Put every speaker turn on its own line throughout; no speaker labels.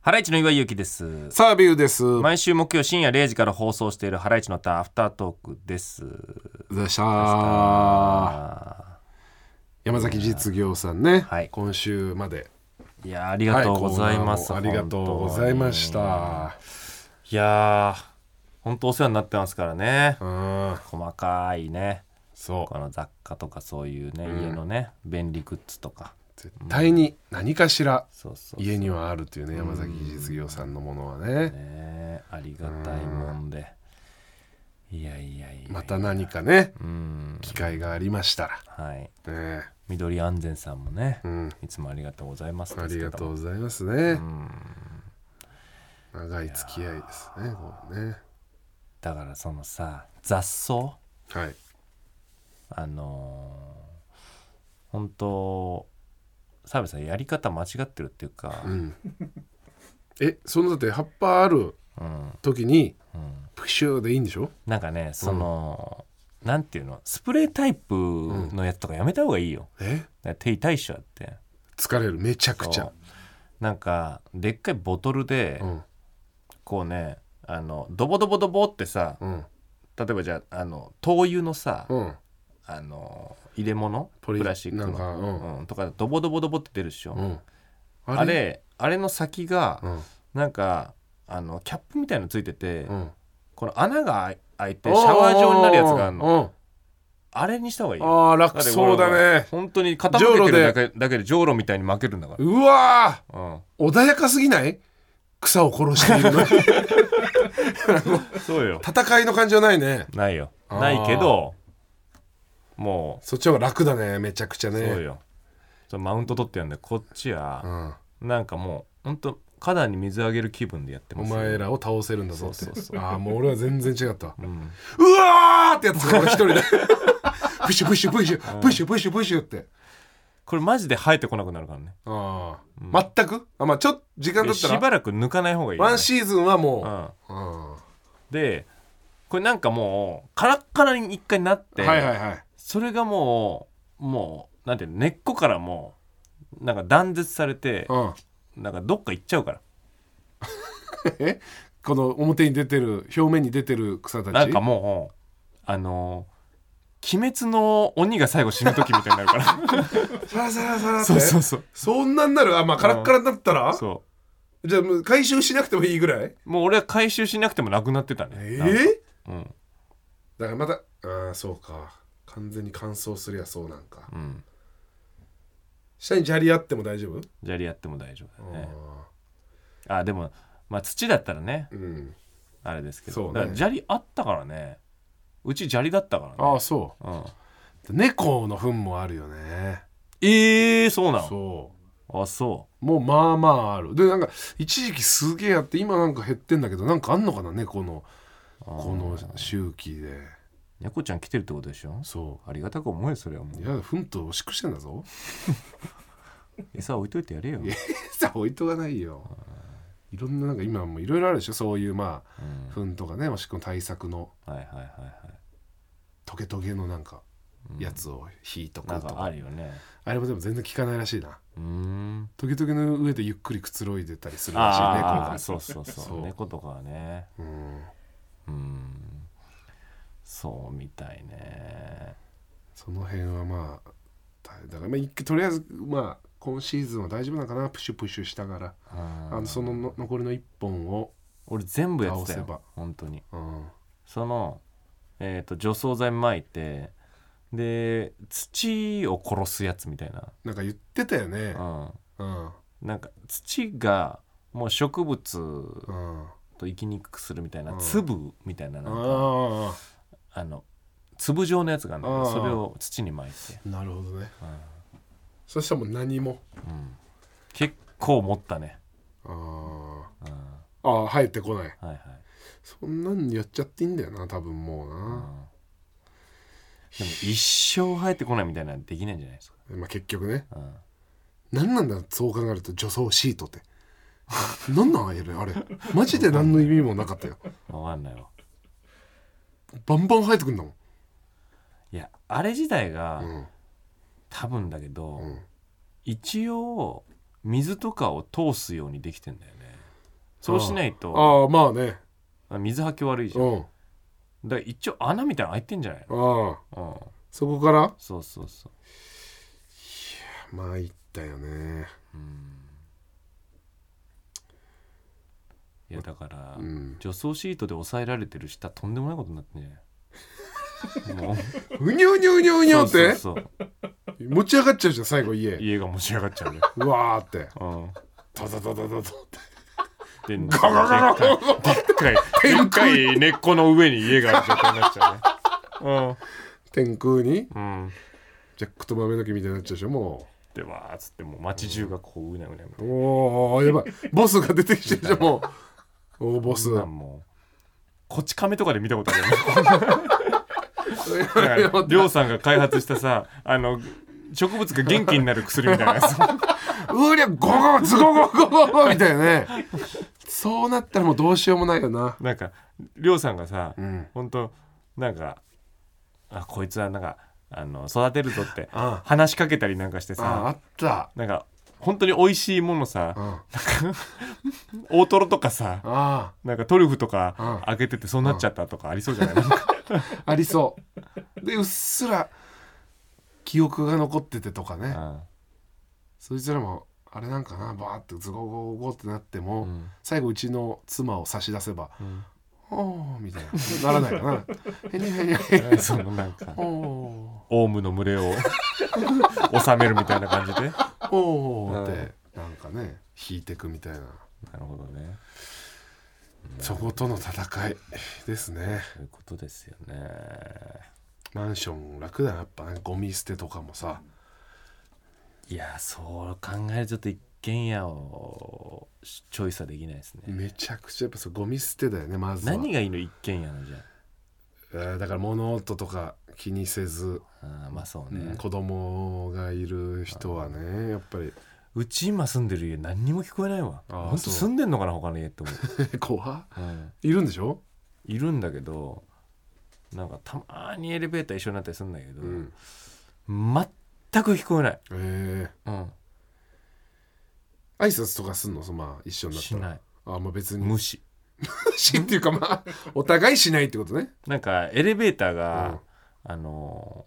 ハライチの岩井ゆきです。
サービューです。お
毎週木曜深夜0時から放送しているハライチのターンアフタートークです。
疲れ様でした。
あ
山崎実業さんね、
はい
今週まで。
ーいやーあり
あ
がとうございます。
ありがとうございました。
本当に。いやー、本当お世話になってますからね。
うん、
細かいね。
そ
この雑貨とかそういうね、家のね、便利グッズとか。
う。絶対に何かしら
そうそう。
家にはあるっていうね、山崎実業さんのものはね。
ねありがたいもんで。いやいやいや。
また何かね、
うん。
機会がありました
はい。
ら。ね、
緑安全さんもね、
うん。
いつもありがとうございます
あ
です
り
けど
がとうございますね
う。ん
長い付き合いですね、こうね。
だからそのさ雑草
はい。
あのー、本当澤部さんやり方間違ってるっていうか、う
うんん。え、そのだって葉っぱある時に
うん
プシューでいいんでしょ？
なんかねその、なんていうのスプレータイプのやつとかやめた方がいいよ、
え？
だから手痛いっしょだって
疲れるめちゃくち
そ
ゃ
う。なんかでっかいボトルで、
うん
こうねあのドボドボドボってさ
うん
例えばじゃああの灯油のさ、
うん。
あの入れ物
ポ
プ
リ
ラスチックの
なんかうん
うんとかドボドボドボって出るでしょ、
うん。
あれあれの先が
うん
なんかあのキャップみたいのついてて、
うん。
この穴が開開いてシャワー状になるやつがあるの
の。
あれにした方がいいよ
ああ
だ
楽
って
そうだ
ほら
ね。
本当に傾けてるだけだけでじょうろみたいに負けるんだか
うわ
ら、うん、
ー穏やかすぎない？草を殺しているの に
そうよ
戦いの感じはないね。
ないよ
あー
ないけども
そっちの方が楽だねめちゃくちゃ
う、そう
ね。
よそうマウント取ってやんだよこっち
う
は、
ん。
なんかもう本当花壇に水あげる気分でやって
お
ますよ
前らを倒せるんだぞって
そうそうそ
ああもう俺は全然違ったわ
うん
うわーってやつ俺一人 でプシュプシュプシュプシュプシュプシュって
これマジで生えてこなくなるからね
ああ全くあまあちょっと時間だっ
した
ら
ばらく抜かない方がいいよね、
ワンシーズンはも
うん
ううんは
でこれなんかもうカラッカラに一回なっ
い
て、
はいはい
それがもうもうなんていうの根っこからもうなんか断絶されて
うん
なんかどっか行っちゃうから
えこの表に出てる表面に出てる草たち
なんかもうあのー鬼滅の鬼が最後死ぬ時みたいになるから
サラサラサラって
そうそうそう
そんなんなるあまあカラッカラになったら
そ
じゃあもう回収しなくてもいいぐらいう
もう俺は回収しなくてもなくなってたね
え
なんか
え
うん
だからまたああそうか完全に乾燥すりゃそうなんか
うん
下に砂利あっても大丈夫
砂利やっても大丈夫だよね
あ
あでもまあ土だったらね
ーうん
あれですけ
そう
ど、だ
ね
から砂利あったからねうち砂利だったから
あ
ね
あそう
うん、
猫の糞もあるよね
ええそうなの
そ
あそう
もうまあまああるでなんか一時期すげえあって今なんか減ってんだけどなんかあんのかな猫の
うあー
この周期で
猫ちゃん来てるってことでしょ
そ
ありがたく思えよそれはも
ういうや糞とおしっこしてんだぞ
餌置いといてやれよ、
いやさ置いとかないよいろんななんか今もいろいろあるでしょそういうまあ
うん
糞とかねおしっこの対策の
はいはいはいはい
トゲトゲのなんかやつを引いと
な
く
ん
と
か
か、
あるよね
あれもでも全然効かないらしいな
うーん
トゲトゲの上でゆっくりくつろいでたりするらしい猫
あ
が
あそうそうそう
そう
猫とかはね
うん
うんそうみたいね
その辺はまあだだからまあ一回とりあえずまあ今シーズンは大丈夫なのかなプシュプシュしたから
あ
あのそのの残りの1本を、
俺全部やってた
倒せば
よ本当に
うん、
その、えー、と除草剤撒いてで土を殺すやつみたいな、
なんか言ってたよね
う
うん
ん、なんか土がもう植物
うん
と生きにくくするみたいな、
うん
粒みたいななんか
あ
あの粒状のやつがあるんだけど
あー
それを土に撒いて、
あなるほどね
うん
そしたらもう何も
うん結構持ったね、
あ
うんは
ーあー生えてこない
いはい、
そんなんやっちゃっていいんだよな多分もう
うん
な、
でも一生生えてこないみたいなのできないんじゃないですか、
まあ、結局ね
うん
何なんだそう考えると除草シートって 何なんあれあれマジで何の意味もなかったよ
分かんないわ
バンバン生えてくんだもん
いやあれ自体が、
うん
多分だけど、
うん
一応水とかを通すようにできてんだよねそうしないと
ああまあね
水はけ悪いじゃん
うんあ
だから一応穴みたいなの開いてんじゃない
あ
の、うん、
そこから
そうそうそう
まあいったよね
うんいやだから、
うん
除草シートで抑えられてる下とんでもないことになってんじゃないもう
うにょうにょうにょうにょうって
そうそうそう
持ち上がっちゃうじゃん最後家
家が持ち上がっちゃうね、
うわーって
うん、
タタタタタタって
ででっ
ガガガガ
かいでっかいでっかい根っこの上に家がある状態になっちゃうね
天空に
うんうん
ジャックと豆の木みたいになっちゃうでしょも
でわーっつってもう街中がこううねうねうね
うおーやばいボスが出てきてるじゃんもうおーボス
そんなんもうこち亀とかで見たことあるよねだからりょうさんが開発したさあの植物が元気になる薬みたいなや つ
うりゃゴゴズゴゴゴゴゴみたいなねそうなったらもうどうしようもないよな
なんかりょうさんがさ、
うん
ほんとなんかあこいつはなんかあの育てるぞって
あ
話しかけたりなんかして
あああ
さ
った
なんか本当に美味しいものさ
うん
大トロとかさ
あ
なんかトリュフとか
うん
開けててそうなっちゃったとかありそうじゃないなんか
あありそうでうっすら記憶が残っててとかねそいつらもあれなんかなバーってズゴゴゴってなっても、
うん
最後うちの妻を差し出せば
うん
「おー」みたいなならないかな「へにゃへにゃへにゃ
うんそのなんか
お
オウムの群れを収めるみたいな感じでな
ーおー」ってなんかね引いてくみたいな
るほどね
そことの戦いですね
そういうことですよね
マンション楽だなやっぱねゴミ捨てとかもさ
いやそう考えるとちょっと一軒家をチョイスはできないですね
めちゃくちゃやっぱそうゴミ捨てだよねまずは
何がいいの一軒家のじゃ
えーだから物音とか気にせず、
ああーまあそう
う
ね
ん、子供がいる人はねやっぱり
うち今住んでる家何にも聞こえないわ
あ
ほ
ー
んと
そう
住んでんのかな他の家って思 う、
怖
うん
いるんでしょ、
いるんだけどなんかたまーにエレベーター一緒になったりするんだけど、
うん、
全く聞こえない、
えー、
うん、
挨拶とかすんのそまあ一緒になった
し
ら
ない
あまあ別に
無視
しっていうかまあ お互いしないってことね。
なんかエレベーターが、あの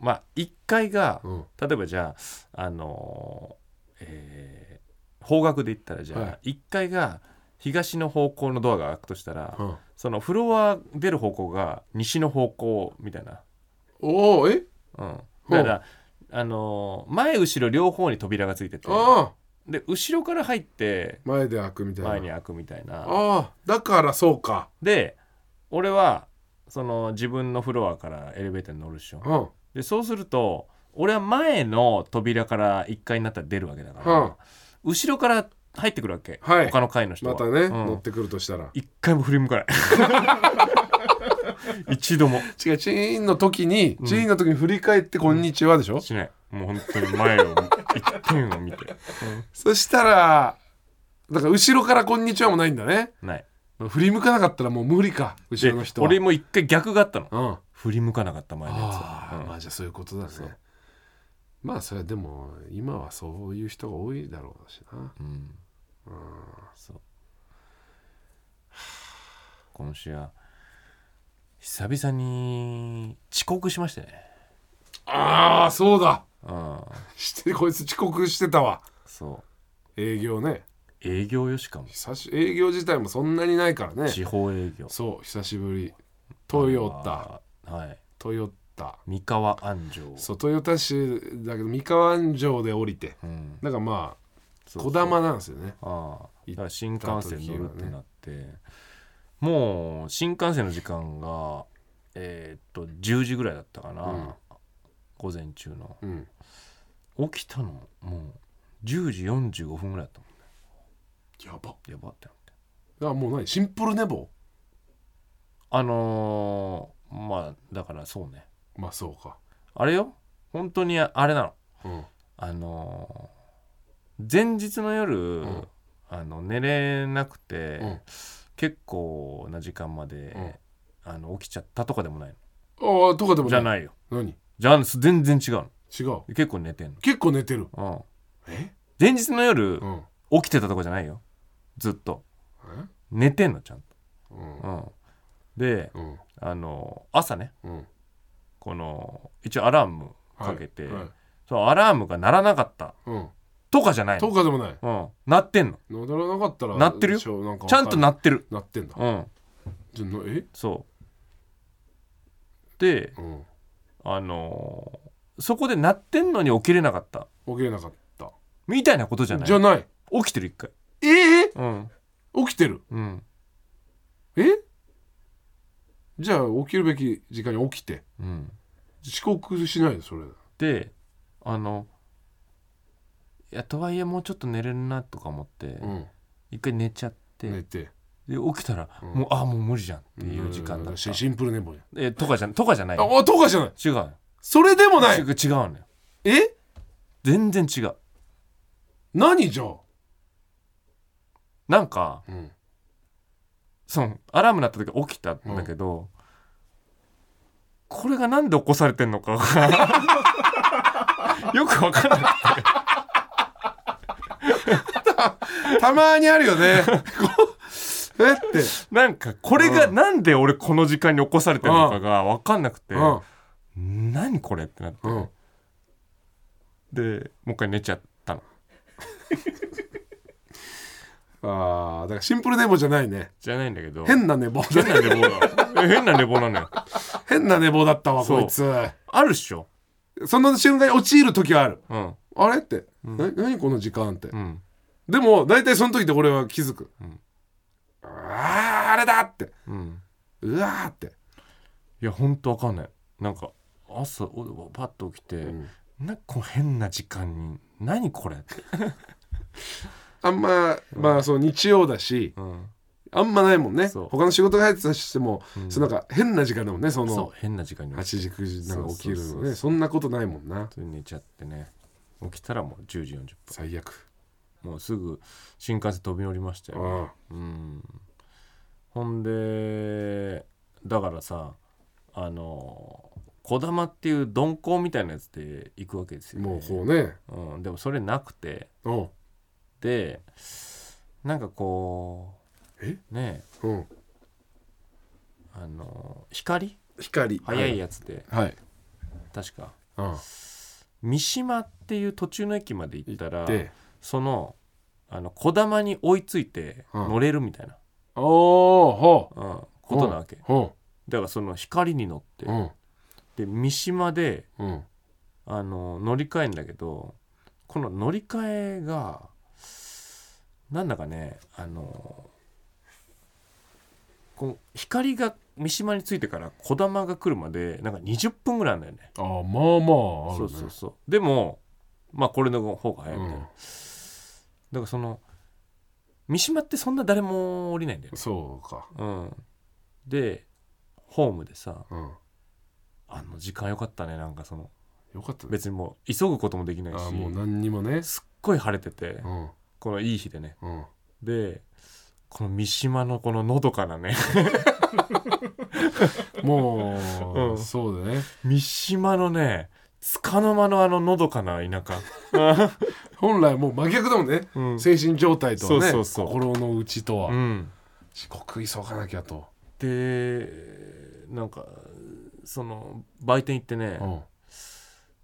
ーまあ1階が
うん
例えばじゃああのーえー方角で言ったらじゃあ、
は
1階が東の方向のドアが開くとしたら、
うん、
そのフロア出る方向が西の方向みたいな、
おおえ
うん、だから、あのー前後ろ両方に扉がついてて
ああ
で後ろから入って
前で開くみたいな。
前に開くみたいな
ああだからそうか。
で俺はその自分のフロアからエレベーターに乗るっしょ
うん
でそうすると俺は前の扉から1階になったら出るわけだから、
うん
後ろから入ってくるわけ、
はい
他の階の人は
またね、
うん
乗ってくるとしたら。
一回も振り向か ない一度も
違うチーンの時に、
うん
チーンの時に振り返って「こんにちは」でしょ、
しないもう本当に前を一点を見て、
そしたらだから後ろから「こんにちは」もないんだね。
ない
振り向かなかったらもう無理か後
で
ろの人は。
俺
うん
も一回逆があったの
あ
振り向かなかった前のやつ
あ、
は、うん
まあじゃあそういうことだね
そう。
まあそれはでも今はそういう人が多いだろうしな。
うんそう今週は久々に遅刻しましたね
ああそうだ
うん
してこいつ遅刻してたわ
そ
営業ね
う営業よしかも
久し営業自体もそんなにないからね
地方営業
そう久しぶりトヨタ
あーはい
トヨタ
三河安城
そうトヨタ市だけど三河安城で降りて
うん
だからまあ
そうそう
小玉なんですよね
ああ
行っ
だ
た時はね
から新幹線乗るってなって、もう新幹線の時間がえーっと10時ぐらいだったかな、
うん
午前中の
うん
起きたのもう10時45分ぐらいだったも
やば
んやばってなって
あもう何シンプル寝坊
あのーまあだからそうね
まあそうか
あれよ本当にああれなの
うん
あのー前日の夜、
ん
あの寝れなくて、
うん
結構な時間まで、あの起きちゃったとかでもない
ああとかで
の
も
じゃ
い
ないよ
何
じゃあ全然違うの
違う
結構寝てん
結構寝てる
の、うん、
え
前日の夜
う、ん
起きてたとかじゃないよずっと
え
寝てんのちゃんと、
うん
うん、で
うん
あの朝ね
うん
この一応アラーム
はい
かけて、
はい
そのアラームが鳴らなかった
うん
とかじゃない
と
の、
かでもない
うん、鳴ってんの
なだらなかったら
なってるよ
一応なんか
ちゃんとな
わか
ってる、
るなってんだ
うん、
じゃなえ
そうで
うん
あのーそこで鳴ってんのに起きれなかった
起きれなかった
みたいなことじゃない
じゃない
起きてる一回
ええ
うん
起きてる
うん
えじゃあ起きるべき時間に起きて
うん
遅刻しないでそれ
であのいやとはいえもうちょっと寝れるなとか思って、
うん
一回寝ちゃって、
寝て
で起きたら、
うん
もうあもう無理じゃんっていう時間だ
う
っ
ん
た、
シシンプル寝坊や
えとかじゃとかじゃない
ああとかじゃない
違うよ
それでもな
違
いう
違うのよ
え
全然違う
何じゃあ
なんか
うん
そのアラーム鳴った時起きたんだけど、これがなんで起こされてんのかが よくわかんない
たまにある よねこうえって
なんかこれがなんで俺この時間に起こされてるのかがわかんなくて、
うん
何これってなって
うん
でもう一回寝ちゃったの
ああだからシンプル寝坊じゃないね
じゃないんだけど
変な寝坊だ
変な寝坊だ変な寝坊なのよ
変な寝坊だったわ
そう
こいつ
あるっしょ
その瞬間に陥る時はある
うん
あれって、な何この時間って、
うん
でも大体その時で俺は気づく、
うん
あああれだって
うん
うわーって、
いやほんとわかんないなんか朝おパッと起きて、なんかこう変な時間に何これって、
あんま、まあそう日曜だし
うん、
あんまないもんね
そう
他の仕事が入ってたとしても、
うん
そのなんか変な時間だもんねそ
そう
の
変な時間に
8
起き
時9時なんか起きるのね
そ
そ
そ
う
うそうそうん
なことないもんな
て寝ちゃってね起きたらもう10時40分
最悪
もうすぐ新幹線飛び乗りましたよ、
あ
うん、ほんでだからさあのこだまっていう鈍行みたいなやつで行くわけです
あ
よ、
もうこうね
うん、でもそれなくて
うん
でなんかこう
え
ねえ
うん
あの光
光
速いやつで、
はい、
確か
うん
三島っていう途中の駅まで行ったら
で
そのあの小玉に追いついて
うん
乗れるみたいな、
おおほう
うんことなわけ
ほ
だからその光に乗って
ううん
で三島で
うん
あの乗り換えんだけどこの乗り換えがなんだかねあのこの光が三島についてから小玉が来るまでなんか20分ぐらいなんだよね
ああまあまああ
そ
るね
うそうそうでもまあこれの方が早いみたいな、だからその三島ってそんな誰も降りないんだよ
うん、
ね
そうか
うん、でホームでさ
うん
あの時間良かったねなんかその
よかったね
別にもう急ぐこともできないし
ああもう何にもね
すっごい晴れてて
うん
このいい日でね
うん
でこの三島のこののどかなね
もう、
うん
そうだね
三島のね束の間のあののどかな田舎
本来もう真逆だもんね、
うん、
精神状態とは
そ
ね
うそうそう
心の内とは、
うん、
遅刻急がなきゃと、
でなんかその売店行ってね
うん、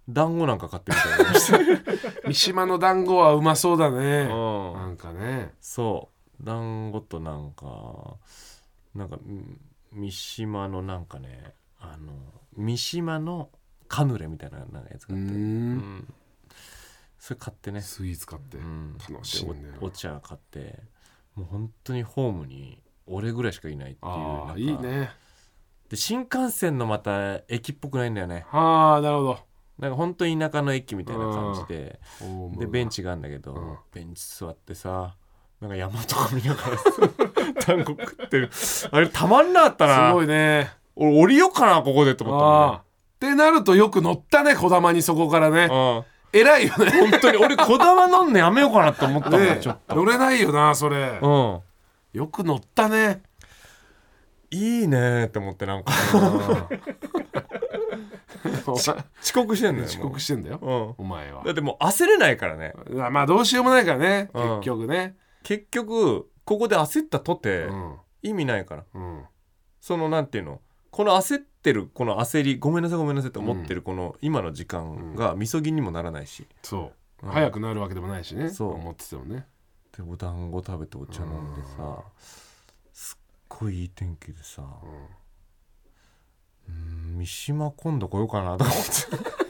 団子なんか買ってみたいなのして、
三島の団子はうま そうだ
う
ね、
ん
なんかね
そう団子となんかなんかん三島のなんかねあの三島のカヌレみたいななんかやつ
う
があって、うんんそれ買ってね、
スイーツ買って、
うん
楽しいんだよ
でおお茶買ってもう本当にホームに俺ぐらいしかいないっていう
あ
なん
あ
か
いいね
で新幹線のまた駅っぽくないんだよね
はあなるほど
なんか本当に田舎の駅みたいな感じで
おー
でベンチがあるんだけど、
うん
ベンチ座ってさなんか山とか見ながらさ 団子食ってるあれたまんなかったな
すごいね
俺降りようかなここでと思
ああ
っ
ってなるとよく乗ったねこだまにそこから
た
ね
もんね
偉いよね
うん本当に俺こだわ飲んのやめようかなと思ったもんね
ね
ちょっと
乗れないよなそれ、
うん
よく乗ったね
いいねーって思って なんか
お前
遅刻してんだよ
遅刻
し
してんだよ
うん
お前は
だってもう焦れないからね
まあどうしようもないからね
うん
結局ね
結局ここで焦ったとて
うん
意味ないから
うん
そのなんていうのこの焦ってるこの焦りごめんなさいごめんなさいって思ってるこの今の時間がみそぎにもならないし、
そう
うん
早くなるわけでもないしね
そう
思っててもね
でお団子食べてお茶飲んでさすっごいいい天気でさ
う
うー
ん
ん三島今度来ようかなとか思っ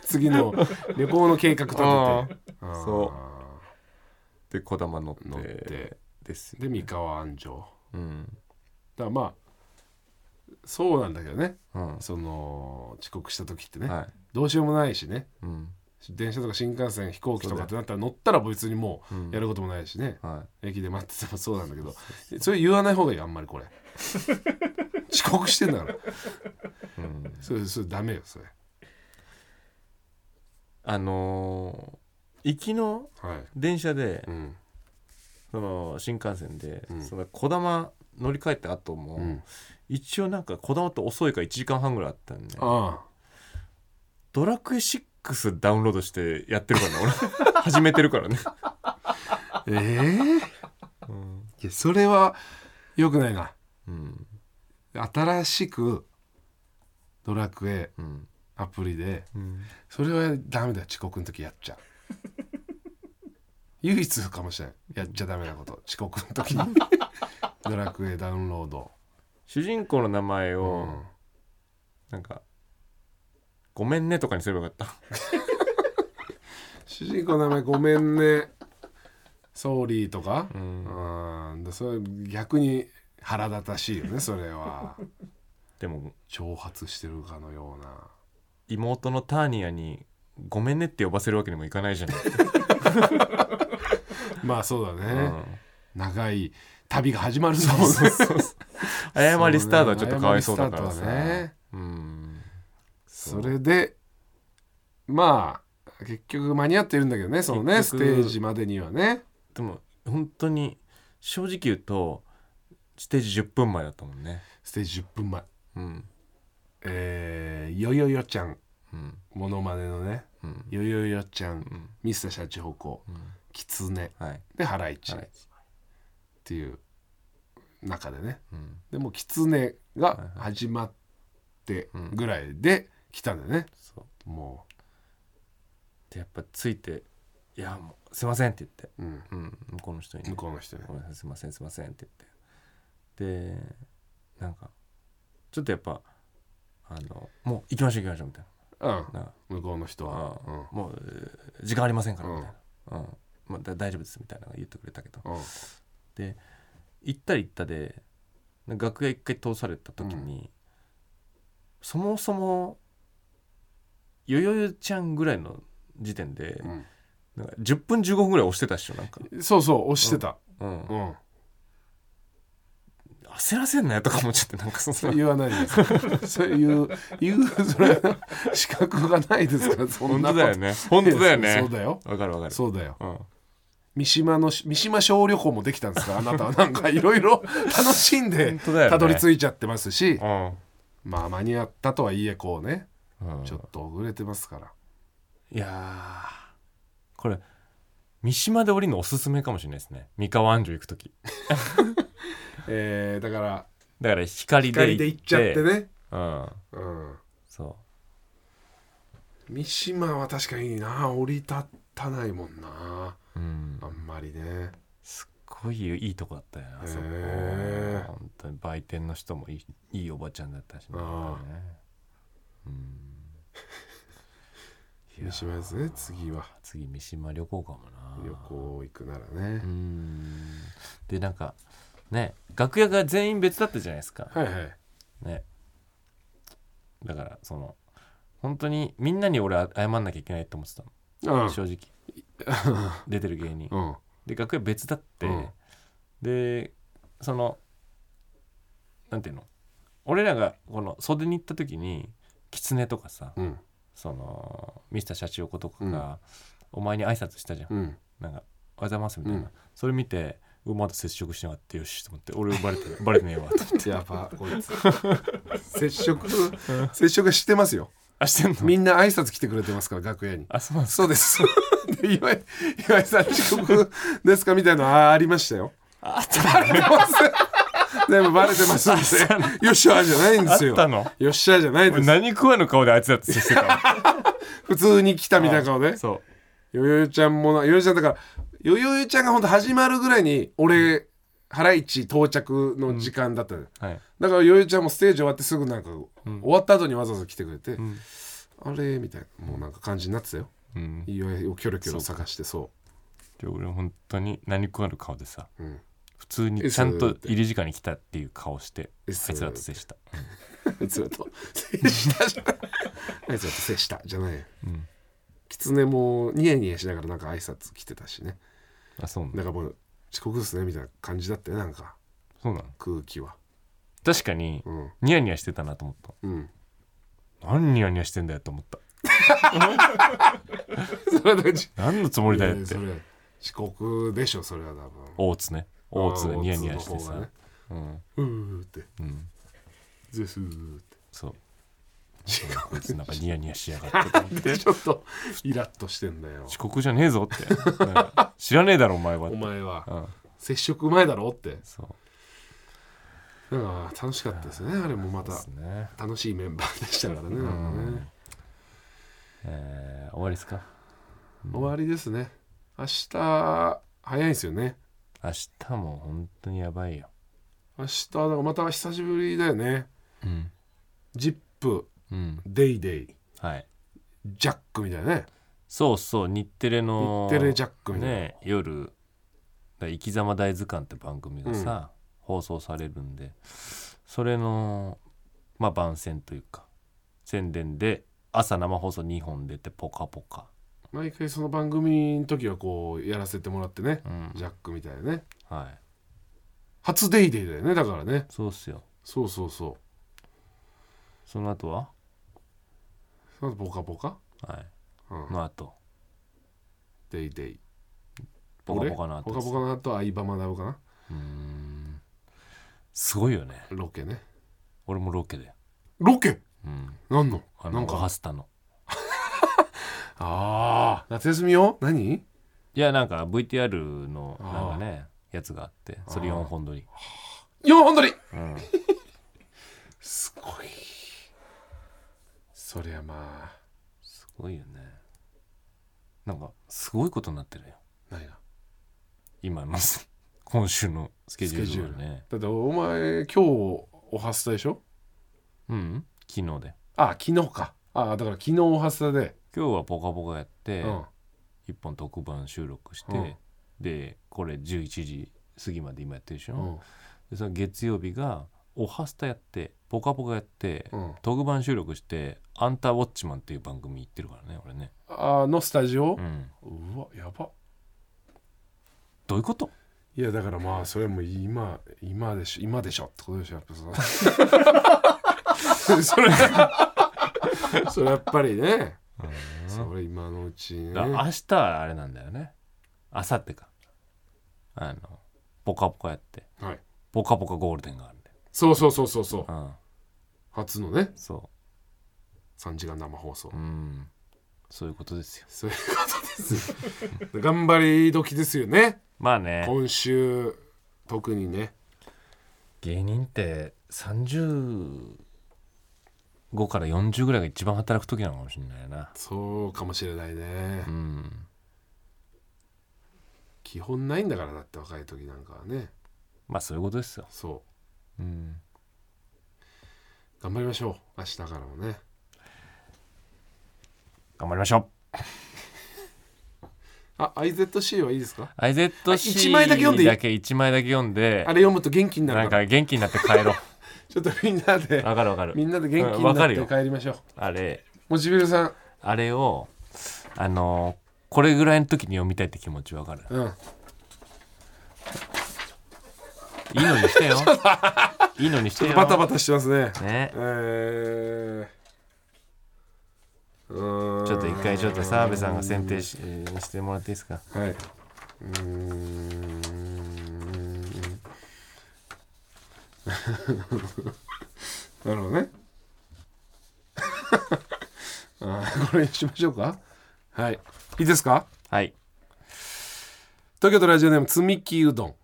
次の旅行の計画 立ててあー
そてで小玉乗って
乗って
ですよ
で三河安城だか
うん
らまあそうなんだけどね
うん
その遅刻した時ってね、
はい
どうしようもないしね
うん
電車とか新幹線飛行機と
そうだ
か
よ
ってなったら乗ったら別にも
う
うんやることもないしね、
は
駅で待っててもそうなんだけど
い
それ言わない方がいいよあんまりこれ 遅刻してんだから
うん
それそれダメよそれ
あのー行きの
はい
電車で
うん
その新幹線で、
うん
その小玉乗り換えた後も、
うん
一応なんか小玉って遅いから1時間半ぐらいあったんで
あ
ドラクエ6ダウンロードしてやってるからね俺 始めてる からね、
あええー、い
うん
やそれはよくないな
うん
新しくドラクエ
うん
アプリで
うん
それはダメだよ遅刻の時やっ ちゃう唯一かもしれんやっちゃダメなこと遅刻の 時にドラクエダウンロード
主人公の名前
う
を、
ん
なんか「ごめんね」とかにすればよかっ
主人公の名前ごめんねソーリーとか
た、う
うんんでそれ逆に腹立たしいよねそれは
でも
挑発してるかのような
妹のターニアに「ごめんね」って呼ばせるわけにもいかないじゃない、
まあそうだ
う
ね、
ん
長い旅が始まるぞ
そうそうそう謝りスタートはちょっとかわいそうだからさ、
謝りスタートはね
うん
それでまあ結局間に合ってるんだけどねそのね
結
ス
局
テージまでにはね
でも本当に正直言うとステージ10分前だったもんね
ステージ10分前
うん
えー、よよよちゃん
うん
モノマネのね
うん
よよよちゃん
うん
ミスターシャチホコ
うん
キツネ
はい
でハライチっ
はい
ていう中でね
うん
でもうキツネが始まってぐらいで来たんだよね
そう
も
でやっぱついて「いやもうすいません」って言って、
う、うん、
うん、向こうの人にね、
向こうの人ね
ごめんなさいすいませんすいません」って言ってでなんかちょっとやっぱあのもう行きましょう行きましょうみたい
うん
ななんか
向こうの人は
あもうえー時間ありませんから
うん
みたいな、うんまあ、だ大丈夫ですみたいなの言ってくれたけど
うんうん
行ったり行ったで楽屋一回通された時に、そもそもよよよちゃんぐらいの時点で、なんか10分15分ぐらい押してたっしょなんか、
うんそうそう押してた
うん
うん
焦らせんなよとか思っちゃってなんかそ
それ
の
言わない です。そういう言うそれは資格がないですからそん
本
な
当
こと
だよ ね本当だよ
いや
ね
そうだよ。
わかるわかる
そうだよ。
うん
三島の三島小旅行もできたんですからあなたはなんかいろいろ楽しんで
本当だよね
たどり着いちゃってますし、
うん
まあ間に合ったとはいえこうね
うん
ちょっと遅れてますから。
いやーこれ三島で降りるのおすすめかもしれないですね三河安城行く時
えー、だから
だから光で行って
光で行っちゃってね。
うん
うん。
そう
三島は確かにな降り立たないもんな
うん
あんまりね。
すっごいいいとこだったよなあそこ
へえ
本当に売店の人もいいいいおばちゃんだったしね
あ
うんいや
三島ですね次は
次三島旅行かもな
旅行行くならね
う。んでなんかね楽屋が全員別だったじゃないですか
はいはい。
ねだからその本当にみんなに俺は謝んなきゃいけないと思ってたの
うん
正 直出てる芸人
うん
で楽屋別だって、
うん
でそのなんていうの俺らがこの袖に行った時に狐とかさ
うん
そのミスターシャチホコとかが、お前に挨拶したじゃん、
うん
なんか「おはようございます」みたいな、
うん
それ見て「うわまだ接触しなかったよし」と思って俺バレてバレてねえわと思って
やばこいつ 接触接触してますよ
あしてんの
みんな挨拶来てくれてますから楽屋に
あそうなんですか
そうですで岩井岩井さん遅刻ですかみたいなのあありましたよ
ああった
バレてます全部バレてますってよっしゃーじゃないんですよ
あったの
よっしゃーじゃないです
何食わぬ顔であいつだって接してたわ
普通に来た みたいな顔で
そ
よよよちゃんもなよよちゃんだからよよよちゃんが本当始まるぐらいに俺ハライチ到着の時間だったのよ
うはい
だからよよちゃんもステージ終わってすぐなんか終
ん
わった後にわざわざ来てくれて
ん
あれみたいなもうなんか感じになってたよ
うん
いよいよキョロキョロ探してそ
で俺本当に何食わぬ顔でさ
ううん
普通にちゃんと入り時間に来たっていう顔してあいつらと接した
あいつら と接したじゃあいつらと接したじゃないよ
うん
狐もニヤニヤしながらなんか挨拶来てたしね
あそうな
なん
の
かもう遅刻ですねみたいな感じだったよなんか
そうなの
空気は
確かに
うん
ニヤニヤしてたなと思っ
うん
た何ニヤニヤしてんだよと思った
それは大事
何のつもりだよっ
いやいや
て
それ遅刻でしょそれは多分
大津ね大津がニヤニヤして
大津の方が
さ
ね
うん
うーって
うん
ゼスーって
そう
違
こいつなんかニヤニヤしやがってと思って
うちょっとイラッとしてんだよ
遅刻じゃねえぞってなんか知らねえだろお前はっ
お
て
前は
うん
接触前だろって
そう
なんか楽しかったですねあれもま
で
た
すね
楽しいメンバーでしたからねなんかね
えー終わりですか
終わりですね明日早いんですよね
明日も本当にやばいよ
明日だからまた久しぶりだよね
うん
「ジップ
うん
デイデイ
はい
ジャックみたいなね
そうそう日テレの
日テレジャックみたいな、
ね夜だから生き様大図鑑って番組がさ、放送されるんでそれのまあ番宣というか宣伝で朝生放送2本出て「ぽかぽか
毎回その番組の時はこうやらせてもらってね」
うん
ジャックみたいなね
はい
初デイデイだよねだからね
そうっすよ
そうそうそ
その後は
うその後ぽかぽか
はい
うん
の後
デイデイ
ぽかぽかの
ぽかぽ
後
かの後相葉学ぶかな
うーんすごいよね
ロケね
俺もロケで
ロケ
うん
なんの
あ
な
の
ん
ハ
か
スタの
ああ夏休みよ何
いやなんか VTR のなんかねやつがあってそれ4本撮り
4本撮り
うん
すごいそりゃまあ
すごいよねなんかすごいことになってるよ
何が
今の 今週のスケジュ
スケジュ
ール
ール
がね
だってお前今日おはスタでしょ
うん昨日で
あ昨日かあだから昨日おはスタで、
今日は「ぽかぽか」やって、
うん
一本特番収録して、
うん
でこれ11時過ぎまで今やってるでしょ、
うん
でその月曜日が「おはスタ」やって「ぽかぽか」やって、
うん、
特番収録して「アンタウォッチマン」っていう番組行ってるからね俺ね
あのスタジオ
う、ん
うわやば
どういうこと
いやだからまあそれはもう今今でしょ今でしょってことでしょやっぱ その それそれやっぱりねそれ今のうちに
だ
ね
明日はあれなんだよね明後日かあのポカポカやって
はい
ポカポカゴールデンがあるんだよ
そうそうそうそうそう
うん
初のね
そ
3時間生放送、
ううんそういうことですよ
そういうことです 頑張り時ですよね
まあね
今週特にね
芸人って35から40ぐらいが一番働く時なのかもしれないな
そうかもしれないね、
うん
基本ないんだからだって若い時なんかはね
まあそういうことですよ
そ
うん
う頑張りましょう明日からもね
頑張りましょ
あ IZC はいいですか
う IZC
一枚だけ読んでいい
だけ1枚だけ読んで
あれ読むと元気にな
な
る
ん
から
か元気になって帰ろ
ちょっとみんな
う
で
わかるわかる
みんなで元気
うん
に
わ
な
か
っ
る
て
よ
帰りましょう
あれ
モチビルさん
あれをあのこれぐらいの時に読みたいって気持ちわかる
うん
いいのにして よいいのにし
ちょ
て
っ
よ
とバタバタしてますね
ね
えーうーん
ちょっと一回ちょっと澤部さんが選定ししてもらっていいですか
はいうーん なるほどね あーこれにしましょうかはいいいですか
はい
東京都ラジオネームつみきうどん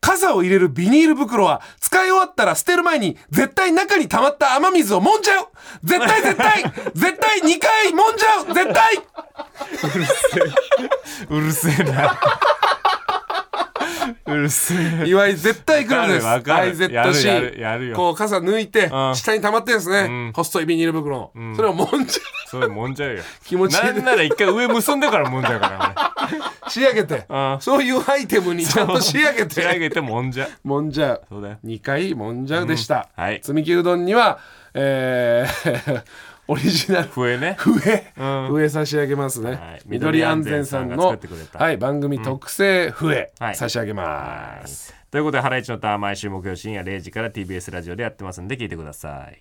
傘を入れるビニール袋は使い終わったら捨てる前に絶対中に溜まった雨水を揉んじゃう絶対 絶対絶対2回揉んじゃう絶対
うるせえなうるせえ
岩井絶対グラムです
わかるわかるやるやるやる
IZC
よ
こう傘抜いて
うん
下に溜まってるんですね、
うん
細いビニール袋の、
ん
それをもんじゃ
それもんじゃうよ
気持ちいい
なんなら一回上結んでからもんじゃうから
う仕上げて
俺うん
そういうアイテムにちゃんと仕上げ
仕上
て
げてもんじゃ
もんじゃう
そうだよ
2回もんじゃうでした、
うんはい
積み木うどんにはえー オリジナル
笛ね
笛、
うん
笛差し上げますね、
はい
緑安全さん
緑
の
安全さんが作ってくれた
はい、番組特製笛、
はい
差し上げ
は
ます、
いということで「ハライチのターン」毎週木曜深夜0時から TBS ラジオでやってますんで聞いてください